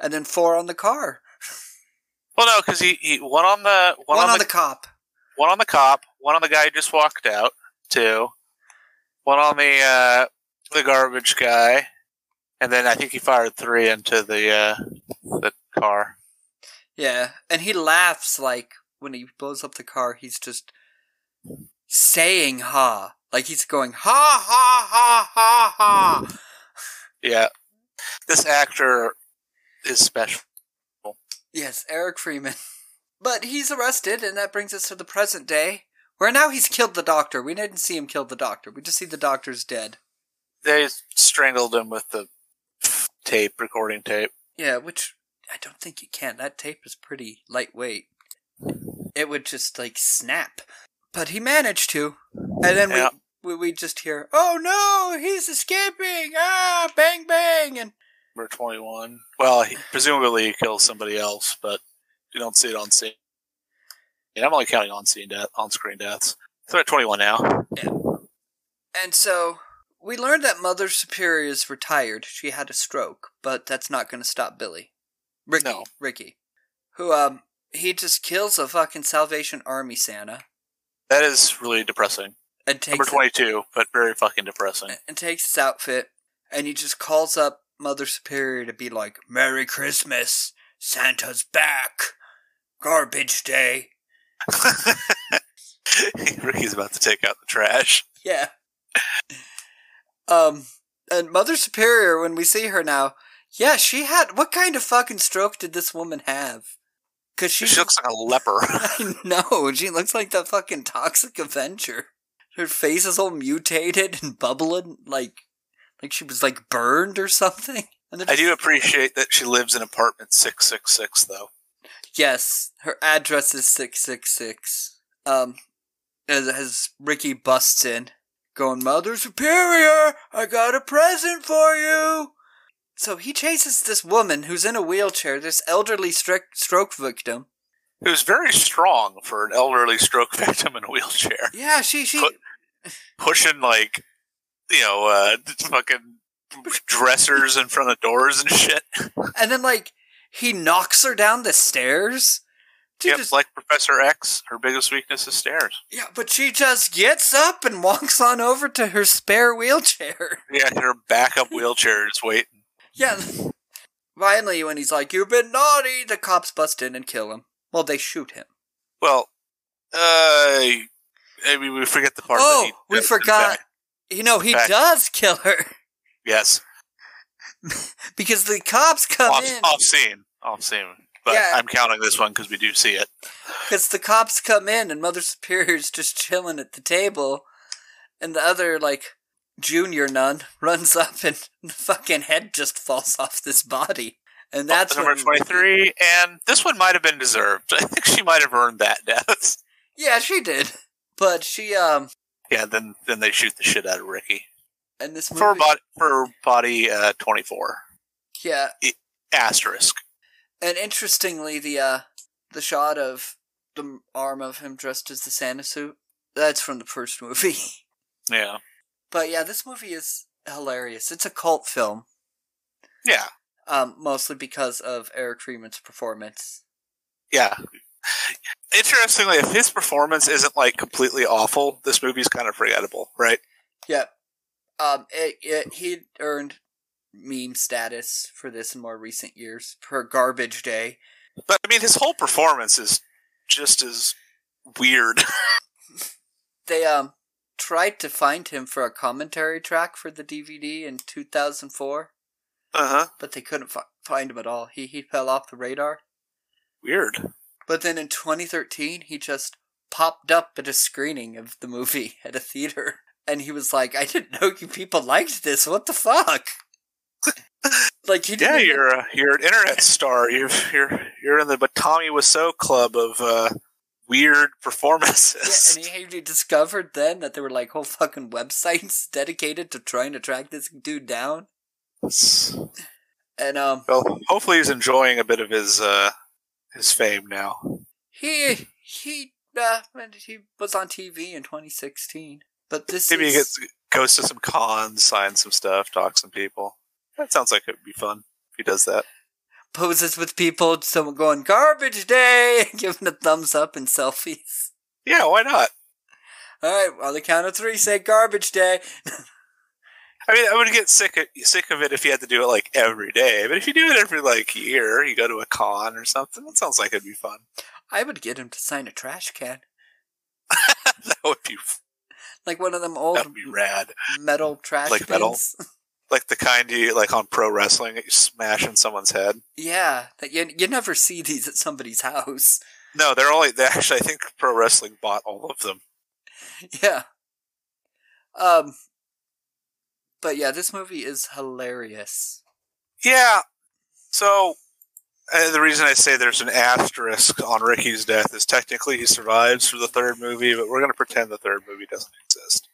[SPEAKER 1] and then four on the car.
[SPEAKER 2] Well, no, because he, he one on the one, on, the,
[SPEAKER 1] cop.
[SPEAKER 2] one on the cop, one on the guy who just walked out, two, one on the uh, the garbage guy, and then I think he fired three into the uh, the car.
[SPEAKER 1] Yeah, and he laughs like when he blows up the car, he's just saying ha. Like he's going ha ha ha ha ha.
[SPEAKER 2] Yeah. This actor is special.
[SPEAKER 1] Yes, Eric Freeman. But he's arrested, and that brings us to the present day, where now he's killed the doctor. We didn't see him kill the doctor, we just see the doctor's dead.
[SPEAKER 2] They strangled him with the tape, recording tape.
[SPEAKER 1] Yeah, which I don't think you can. That tape is pretty lightweight. It would just like snap. But he managed to. And then
[SPEAKER 2] Yeah.
[SPEAKER 1] we, we we just hear, "Oh no, he's escaping!" Ah, bang bang, and
[SPEAKER 2] Number 21. Well, he, presumably he kills somebody else, but you don't see it on scene. Yeah, I'm only counting on scene death, on screen deaths. So we're at 21 now.
[SPEAKER 1] and so we learned that Mother Superior is retired. She had a stroke, but that's not going to stop Billy, Ricky,
[SPEAKER 2] No.
[SPEAKER 1] Ricky, who um he just kills a fucking Salvation Army Santa
[SPEAKER 2] That is really depressing.
[SPEAKER 1] and takes
[SPEAKER 2] Number
[SPEAKER 1] it-
[SPEAKER 2] 22, but very fucking depressing.
[SPEAKER 1] and takes his outfit and he just calls up Mother Superior to be like, Merry Christmas, Santa's back, garbage day.
[SPEAKER 2] Ricky's about to take out the trash.
[SPEAKER 1] Yeah. Um, and Mother Superior, when we see her now, yeah, she had, what kind of fucking stroke did this woman have? Cause she,
[SPEAKER 2] She looks like a leper.
[SPEAKER 1] I know, she looks like the fucking toxic Avenger. Her face is all mutated and bubbling, like, like she was like burned or something. And they're
[SPEAKER 2] I do
[SPEAKER 1] just-
[SPEAKER 2] appreciate that she lives in apartment 666, though.
[SPEAKER 1] Yes, her address is 666. Um, as, as Ricky busts in, going, Mother Superior, I got a present for you! So he chases this woman who's in a wheelchair, this elderly stri- stroke victim.
[SPEAKER 2] Who's very strong for an elderly stroke victim in a wheelchair.
[SPEAKER 1] Yeah, she, she,
[SPEAKER 2] Put- Pushing, like, you know, uh, fucking dressers in front of doors and shit.
[SPEAKER 1] and then like, he knocks her down the stairs. She
[SPEAKER 2] Yep,
[SPEAKER 1] just-
[SPEAKER 2] like Professor X, her biggest weakness is stairs.
[SPEAKER 1] yeah, but she just gets up and walks on over to her spare wheelchair.
[SPEAKER 2] Yeah, her backup wheelchair is waiting.
[SPEAKER 1] Yeah. Finally, when he's like, "You've been naughty," the cops bust in and kill him. Well, they shoot him.
[SPEAKER 2] Well, uh, I mean, we forget the part.
[SPEAKER 1] oh,
[SPEAKER 2] that he,
[SPEAKER 1] we
[SPEAKER 2] that-
[SPEAKER 1] forgot.
[SPEAKER 2] that-
[SPEAKER 1] You know, he
[SPEAKER 2] Back.
[SPEAKER 1] does kill her
[SPEAKER 2] yes,
[SPEAKER 1] because the cops come
[SPEAKER 2] off,
[SPEAKER 1] in.
[SPEAKER 2] off scene, off scene. But
[SPEAKER 1] Yeah.
[SPEAKER 2] I'm counting this one because we do see it.
[SPEAKER 1] Because the cops come in, and Mother Superior's just chilling at the table, and the other like junior nun runs up, and the fucking head just falls off this body. And that's
[SPEAKER 2] number
[SPEAKER 1] when-
[SPEAKER 2] twenty-three, and this one might have been deserved. I think she might have earned that death.
[SPEAKER 1] Yeah, she did, but she um.
[SPEAKER 2] yeah, then then they shoot the shit out of Ricky
[SPEAKER 1] And this movie,
[SPEAKER 2] for body for body uh, twenty-four
[SPEAKER 1] yeah,
[SPEAKER 2] asterisk.
[SPEAKER 1] And interestingly, the uh, the shot of the arm of him dressed as the Santa suit that's from the first movie.
[SPEAKER 2] Yeah,
[SPEAKER 1] but yeah, this movie is hilarious. It's a cult film,
[SPEAKER 2] yeah,
[SPEAKER 1] um, mostly because of Eric Freeman's performance.
[SPEAKER 2] yeah. Interestingly, if his performance isn't like completely awful, this movie's kind of forgettable, right?
[SPEAKER 1] Yep. Um, it, it, he earned meme status for this in more recent years per Garbage Day.
[SPEAKER 2] But I mean, his whole performance is just as weird.
[SPEAKER 1] They um tried to find him for a commentary track for the DVD in 2004.
[SPEAKER 2] Uh huh.
[SPEAKER 1] but they couldn't fi- find him at all. He he fell off the radar.
[SPEAKER 2] Weird.
[SPEAKER 1] But then in 2013, he just popped up at a screening of the movie at a theater, and he was like, "I didn't know you people liked this. What the fuck?" like he
[SPEAKER 2] Yeah,
[SPEAKER 1] didn't
[SPEAKER 2] you're uh, you're an internet star. You're you're you're in the Batami Waso club of uh, weird
[SPEAKER 1] Yeah,
[SPEAKER 2] performances.
[SPEAKER 1] and he, he discovered then that there were like whole fucking websites dedicated to trying to track this dude down. And um,
[SPEAKER 2] well, hopefully he's enjoying a bit of his uh, his fame now.
[SPEAKER 1] he he uh, he was on TV in 2016. But this
[SPEAKER 2] Maybe he
[SPEAKER 1] is,
[SPEAKER 2] gets goes to some cons, signs some stuff, talks some people. That sounds like it would be fun if he does that.
[SPEAKER 1] poses with people, someone going garbage day, giving a thumbs up and selfies.
[SPEAKER 2] Yeah, why not?
[SPEAKER 1] All right, on the count of three, say garbage day.
[SPEAKER 2] I mean, I would get sick of, sick of it if you had to do it like every day. But if you do it every like year, you go to a con or something. That sounds like it'd be fun.
[SPEAKER 1] I would get him to sign a trash can,
[SPEAKER 2] that would be
[SPEAKER 1] like one of them
[SPEAKER 2] that
[SPEAKER 1] old
[SPEAKER 2] would be rad.
[SPEAKER 1] metal trash
[SPEAKER 2] Like
[SPEAKER 1] cans.
[SPEAKER 2] metal? Like the kind you like on pro wrestling that you smash in someone's head.
[SPEAKER 1] Yeah, that you you never see these at somebody's house.
[SPEAKER 2] No, they're only. They actually, I think pro wrestling bought all of them.
[SPEAKER 1] Yeah. Um. But yeah, this movie is hilarious.
[SPEAKER 2] Yeah. So uh, the reason I say there's an asterisk on Ricky's death is technically he survives for the third movie, but we're going to pretend the third movie doesn't exist.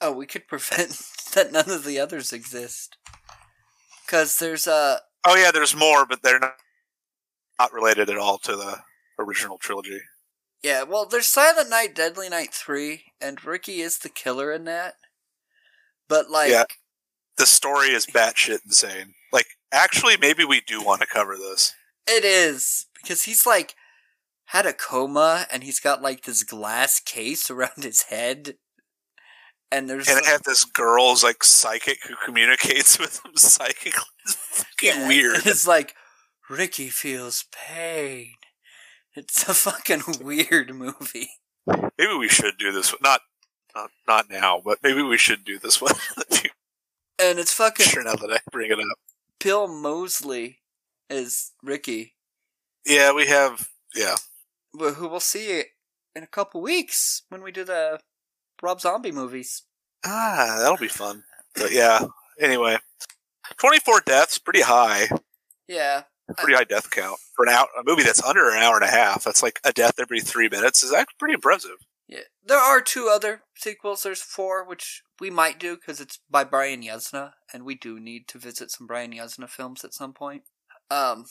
[SPEAKER 1] Oh, we could prevent that none of the others exist. Cause there's a
[SPEAKER 2] Oh yeah, there's more, but they're not not related at all to the original trilogy.
[SPEAKER 1] Yeah, well, there's Silent Night, Deadly Night 3, and Ricky is the killer in that. But, like,
[SPEAKER 2] Yeah. The story is batshit insane. Like, actually, maybe we do want to cover this.
[SPEAKER 1] it is. Because he's, like, had a coma, and he's got, like, this glass case around his head. and there's
[SPEAKER 2] and
[SPEAKER 1] like-
[SPEAKER 2] it had this girl's like psychic who communicates with him psychically. It's fucking
[SPEAKER 1] Yeah,
[SPEAKER 2] weird.
[SPEAKER 1] It's like Ricky feels pain. It's a fucking weird movie.
[SPEAKER 2] Maybe we should do this. One. Not, not not now, but maybe we should do this one. in the future
[SPEAKER 1] And it's fucking
[SPEAKER 2] now that I bring it up.
[SPEAKER 1] Bill Mosley is Ricky,
[SPEAKER 2] Yeah, we have. Yeah,
[SPEAKER 1] wh- who we'll see in a couple weeks when we do the Rob Zombie movies.
[SPEAKER 2] ah, that'll be fun. But yeah. Anyway, twenty-four deaths, pretty high,
[SPEAKER 1] Yeah.
[SPEAKER 2] pretty high death count for an out a movie that's under an hour and a half. That's like a death every three minutes. Is actually pretty impressive.
[SPEAKER 1] Yeah. There are two other sequels. There's four, which we might do because it's by Brian Yuzna, and we do need to visit some Brian Yuzna films at some point. Um,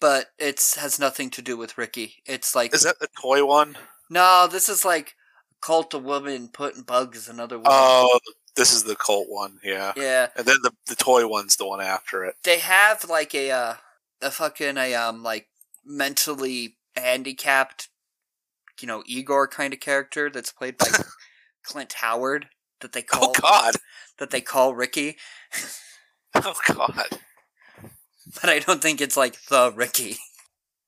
[SPEAKER 1] but it's has nothing to do with Ricky. It's like
[SPEAKER 2] Is that the toy one?
[SPEAKER 1] no, this is like cult of women putting bugs in other women.
[SPEAKER 2] Oh, this is the cult one. Yeah,
[SPEAKER 1] yeah.
[SPEAKER 2] and then the the toy one's the one after it.
[SPEAKER 1] They have like a uh, a fucking a um like mentally handicapped, you know, Igor kind of character that's played by Clint Howard that they call
[SPEAKER 2] Oh God!
[SPEAKER 1] that they call Ricky.
[SPEAKER 2] Oh God!
[SPEAKER 1] but I don't think it's like the Ricky.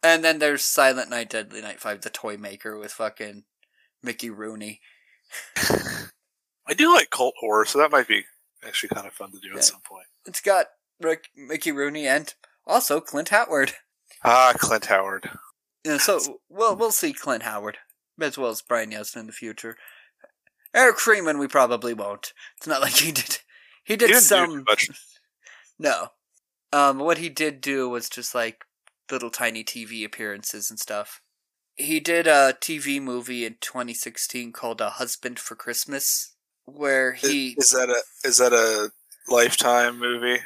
[SPEAKER 1] And then there's Silent Night, Deadly Night Five, the Toy Maker with fucking Mickey Rooney.
[SPEAKER 2] I do like cult horror, so that might be actually kind of fun to do
[SPEAKER 1] Yeah.
[SPEAKER 2] at some point.
[SPEAKER 1] It's got Rick, Mickey Rooney and also Clint Howard.
[SPEAKER 2] Ah, Clint Howard.
[SPEAKER 1] And so we'll we'll see Clint Howard as well as Brian Yuzna in the future. Eric Freeman, we probably won't. It's not like he did. He
[SPEAKER 2] He
[SPEAKER 1] did
[SPEAKER 2] didn't do
[SPEAKER 1] some.
[SPEAKER 2] too much.
[SPEAKER 1] No. Um, what he did do was just like little tiny TV appearances and stuff. He did a TV movie in 2016 called A Husband for Christmas, where he.
[SPEAKER 2] Is, is that a is that a lifetime movie?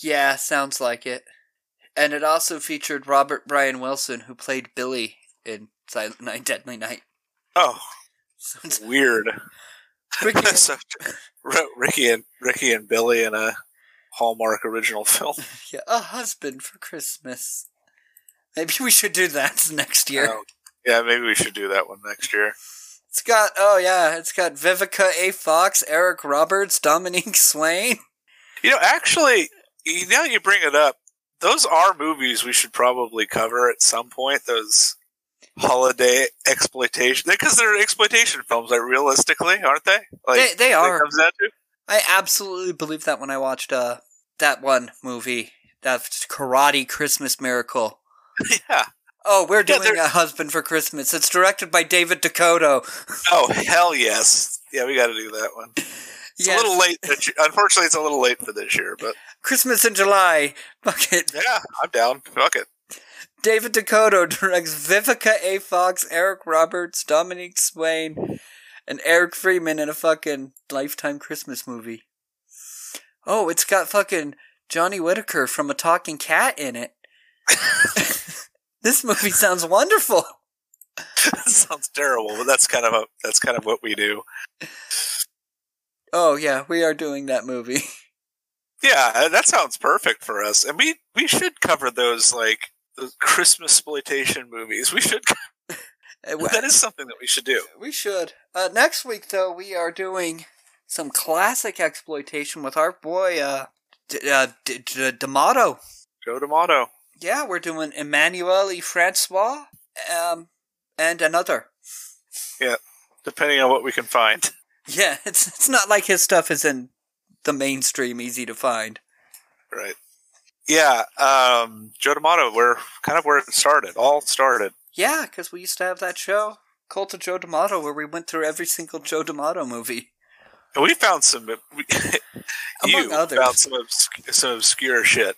[SPEAKER 1] yeah, sounds like it. And it also featured Robert Brian Wilson, who played Billy in Silent Night, Deadly Night.
[SPEAKER 2] Oh,
[SPEAKER 1] So it's
[SPEAKER 2] weird.
[SPEAKER 1] Ricky and-
[SPEAKER 2] So, R- Ricky and Ricky and Billy in a Hallmark original film.
[SPEAKER 1] yeah, A Husband for Christmas. Maybe we should do that next year.
[SPEAKER 2] Oh, yeah, maybe we should do that one next year.
[SPEAKER 1] It's got oh yeah, it's got Vivica A. Fox, Eric Roberts, Dominique Swain.
[SPEAKER 2] You know, actually, you- now you bring it up, those are movies we should probably cover at some point. Those holiday exploitation because they're exploitation films, like realistically, aren't they? Like, um,
[SPEAKER 1] they they
[SPEAKER 2] that
[SPEAKER 1] are.
[SPEAKER 2] comes down to?
[SPEAKER 1] I absolutely believe that when I watched uh that one movie, that Karate Christmas Miracle.
[SPEAKER 2] Yeah.
[SPEAKER 1] Oh, we're
[SPEAKER 2] Yeah,
[SPEAKER 1] doing
[SPEAKER 2] they're-
[SPEAKER 1] a husband for Christmas. It's directed by David Dakota.
[SPEAKER 2] Oh hell yes. Yeah, we got to do that one. It's
[SPEAKER 1] Yeah,
[SPEAKER 2] a little late. This year. Unfortunately, it's a little late for this year, but
[SPEAKER 1] Christmas in July. Fuck it.
[SPEAKER 2] yeah, I'm down. Fuck it.
[SPEAKER 1] David Dakota directs Vivica A. Fox, Eric Roberts, Dominique Swain, and Eric Freeman in a fucking Lifetime Christmas movie. Oh, it's got fucking Johnny Whitaker from A Talking Cat in it. this movie sounds wonderful.
[SPEAKER 2] that sounds terrible, but that's kind of a that's kind of what we do.
[SPEAKER 1] Oh, yeah, we are doing that movie.
[SPEAKER 2] Yeah, uh, that sounds perfect for us, and we we should cover those like those Christmas exploitation movies. We should.
[SPEAKER 1] Uh, we-
[SPEAKER 2] That is something that we should do.
[SPEAKER 1] We should. Uh, next week, though, we are doing some classic exploitation with our boy, uh, D- uh, D- D- D'Amato.
[SPEAKER 2] Joe D'Amato.
[SPEAKER 1] Yeah, we're doing Emmanuel E. Francois um, and another.
[SPEAKER 2] Depending on what we can find.
[SPEAKER 1] Yeah, it's it's not like his stuff is in the mainstream, easy to find.
[SPEAKER 2] Right. Yeah, um, Joe D'Amato. We're kind of where it started. All started.
[SPEAKER 1] Yeah, because we used to have that show, Cult of Joe D'Amato, where we went through every single Joe D'Amato movie.
[SPEAKER 2] And we found some. We,
[SPEAKER 1] Among
[SPEAKER 2] you
[SPEAKER 1] others.
[SPEAKER 2] found some obsc- some obscure shit.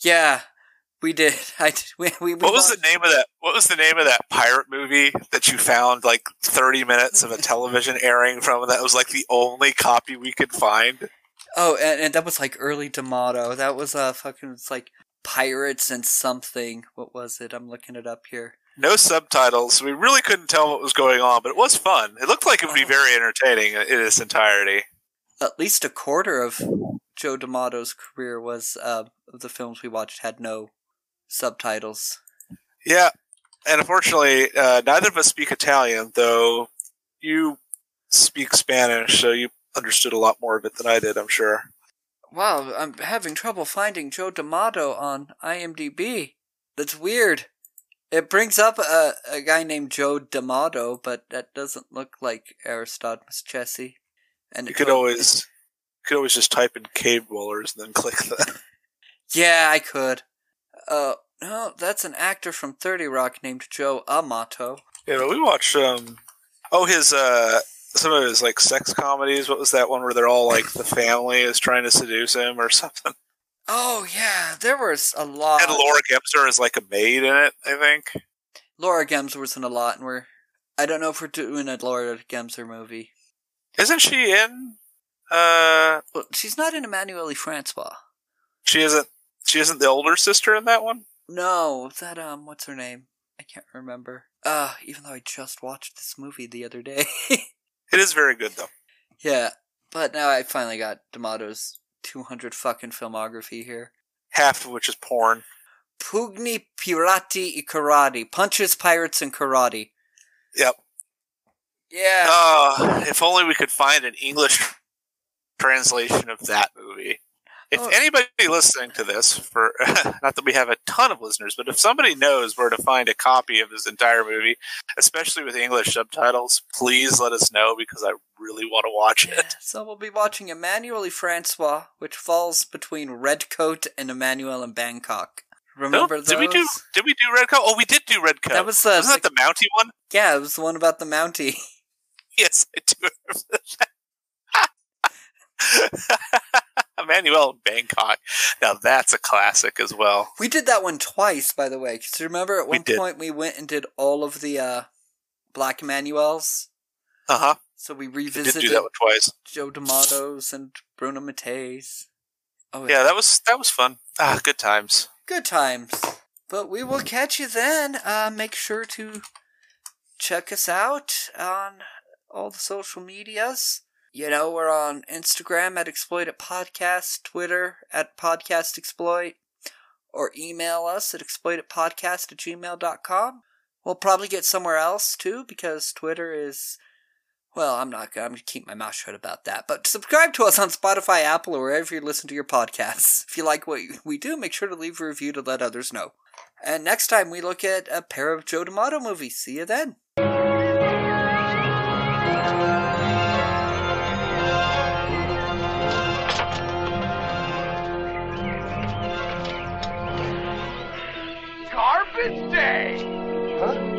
[SPEAKER 1] Yeah, we did. I did- we we, we
[SPEAKER 2] What was the
[SPEAKER 1] watched-
[SPEAKER 2] name of that? What was the name of that pirate movie that you found like thirty minutes of a television airing from? That was like the only copy we could find.
[SPEAKER 1] Oh, and, and that was like early D'Amato. That was uh fucking it's like pirates and something. What was it? I'm looking it up here.
[SPEAKER 2] No subtitles. We really couldn't tell what was going on, but it was fun. It looked like it would be very entertaining in its entirety.
[SPEAKER 1] at least a quarter of Joe D'Amato's career was uh, of the films we watched had no subtitles.
[SPEAKER 2] Yeah, and unfortunately, uh, neither of us speak Italian, though you speak Spanish, so you understood a lot more of it than I did, I'm sure.
[SPEAKER 1] Wow, I'm having trouble finding Joe D'Amato on IMDb. That's weird. It brings up a, a guy named Joe D'Amato, but that doesn't look like Aristod Chessy. And
[SPEAKER 2] You
[SPEAKER 1] it
[SPEAKER 2] could
[SPEAKER 1] don't-
[SPEAKER 2] always you could always just type in cave dwellers and then click that.
[SPEAKER 1] Yeah, I could. Uh, no, that's an actor from 30 Rock named Joe Amato.
[SPEAKER 2] yeah, but we watched um oh his uh some of his like sex comedies. What was that one where they're all like the family is trying to seduce him or something?
[SPEAKER 1] Oh, yeah, there was a lot.
[SPEAKER 2] and Laura Gemser is like a maid in it, I think.
[SPEAKER 1] Laura Gemser was in a lot, and we're. I don't know if we're doing a Laura Gemser movie.
[SPEAKER 2] Isn't she in? Uh,
[SPEAKER 1] Well, she's not in Emmanuelle Francois.
[SPEAKER 2] she isn't. She isn't the older sister in that one.
[SPEAKER 1] No, that, um, what's her name? I can't remember. Uh, even though I just watched this movie the other day.
[SPEAKER 2] It is very good though.
[SPEAKER 1] yeah, but now I finally got D'Amato's 200 fucking filmography here.
[SPEAKER 2] Half of which is porn.
[SPEAKER 1] Pugni Pirati e Karate. Punches, Pirates, and Karate.
[SPEAKER 2] Yep.
[SPEAKER 1] Yeah.
[SPEAKER 2] Oh, if only we could find an English translation of that movie. If
[SPEAKER 1] Oh.
[SPEAKER 2] anybody listening to this, for not that we have a ton of listeners, but if somebody knows where to find a copy of this entire movie, especially with English subtitles, please let us know because I really want to watch it.
[SPEAKER 1] So we'll be watching Emmanuelle Francois, which falls between Redcoat and Emmanuel in Bangkok. Remember
[SPEAKER 2] Nope.
[SPEAKER 1] those?
[SPEAKER 2] Did we do? Did we do Red Coat? Oh, we did do Red Coat.
[SPEAKER 1] That was the-
[SPEAKER 2] Wasn't that the Mountie one?
[SPEAKER 1] Yeah, it was the one about the Mountie.
[SPEAKER 2] Yes, I do remember that. Emmanuel in Bangkok. Now that's a classic as well.
[SPEAKER 1] We did that one twice, by the way. Because remember, at
[SPEAKER 2] We
[SPEAKER 1] one
[SPEAKER 2] did.
[SPEAKER 1] point we went and did all of the uh, Black Emmanuels.
[SPEAKER 2] Uh huh.
[SPEAKER 1] So we
[SPEAKER 2] We did
[SPEAKER 1] revisited
[SPEAKER 2] do that one twice.
[SPEAKER 1] Joe D'Amato's and Bruno Mattei's. Oh,
[SPEAKER 2] Yeah, that was that was fun. Ah, good times.
[SPEAKER 1] good times. But we will catch you then. Uh, make sure to check us out on all the social medias. You know, we're on Instagram at Exploit at Podcast, Twitter at Podcast Exploit, or email us at exploit at podcast at gmail.com. We'll probably get somewhere else too, because Twitter is. Well, I'm not gonna, I'm gonna keep my mouth shut about that. But subscribe to us on Spotify, Apple, or wherever you listen to your podcasts. If you like what we do, make sure to leave a review to let others know. And next time we look at a pair of Joe D'Amato movies. See you then.
[SPEAKER 5] Garbage Day! Huh?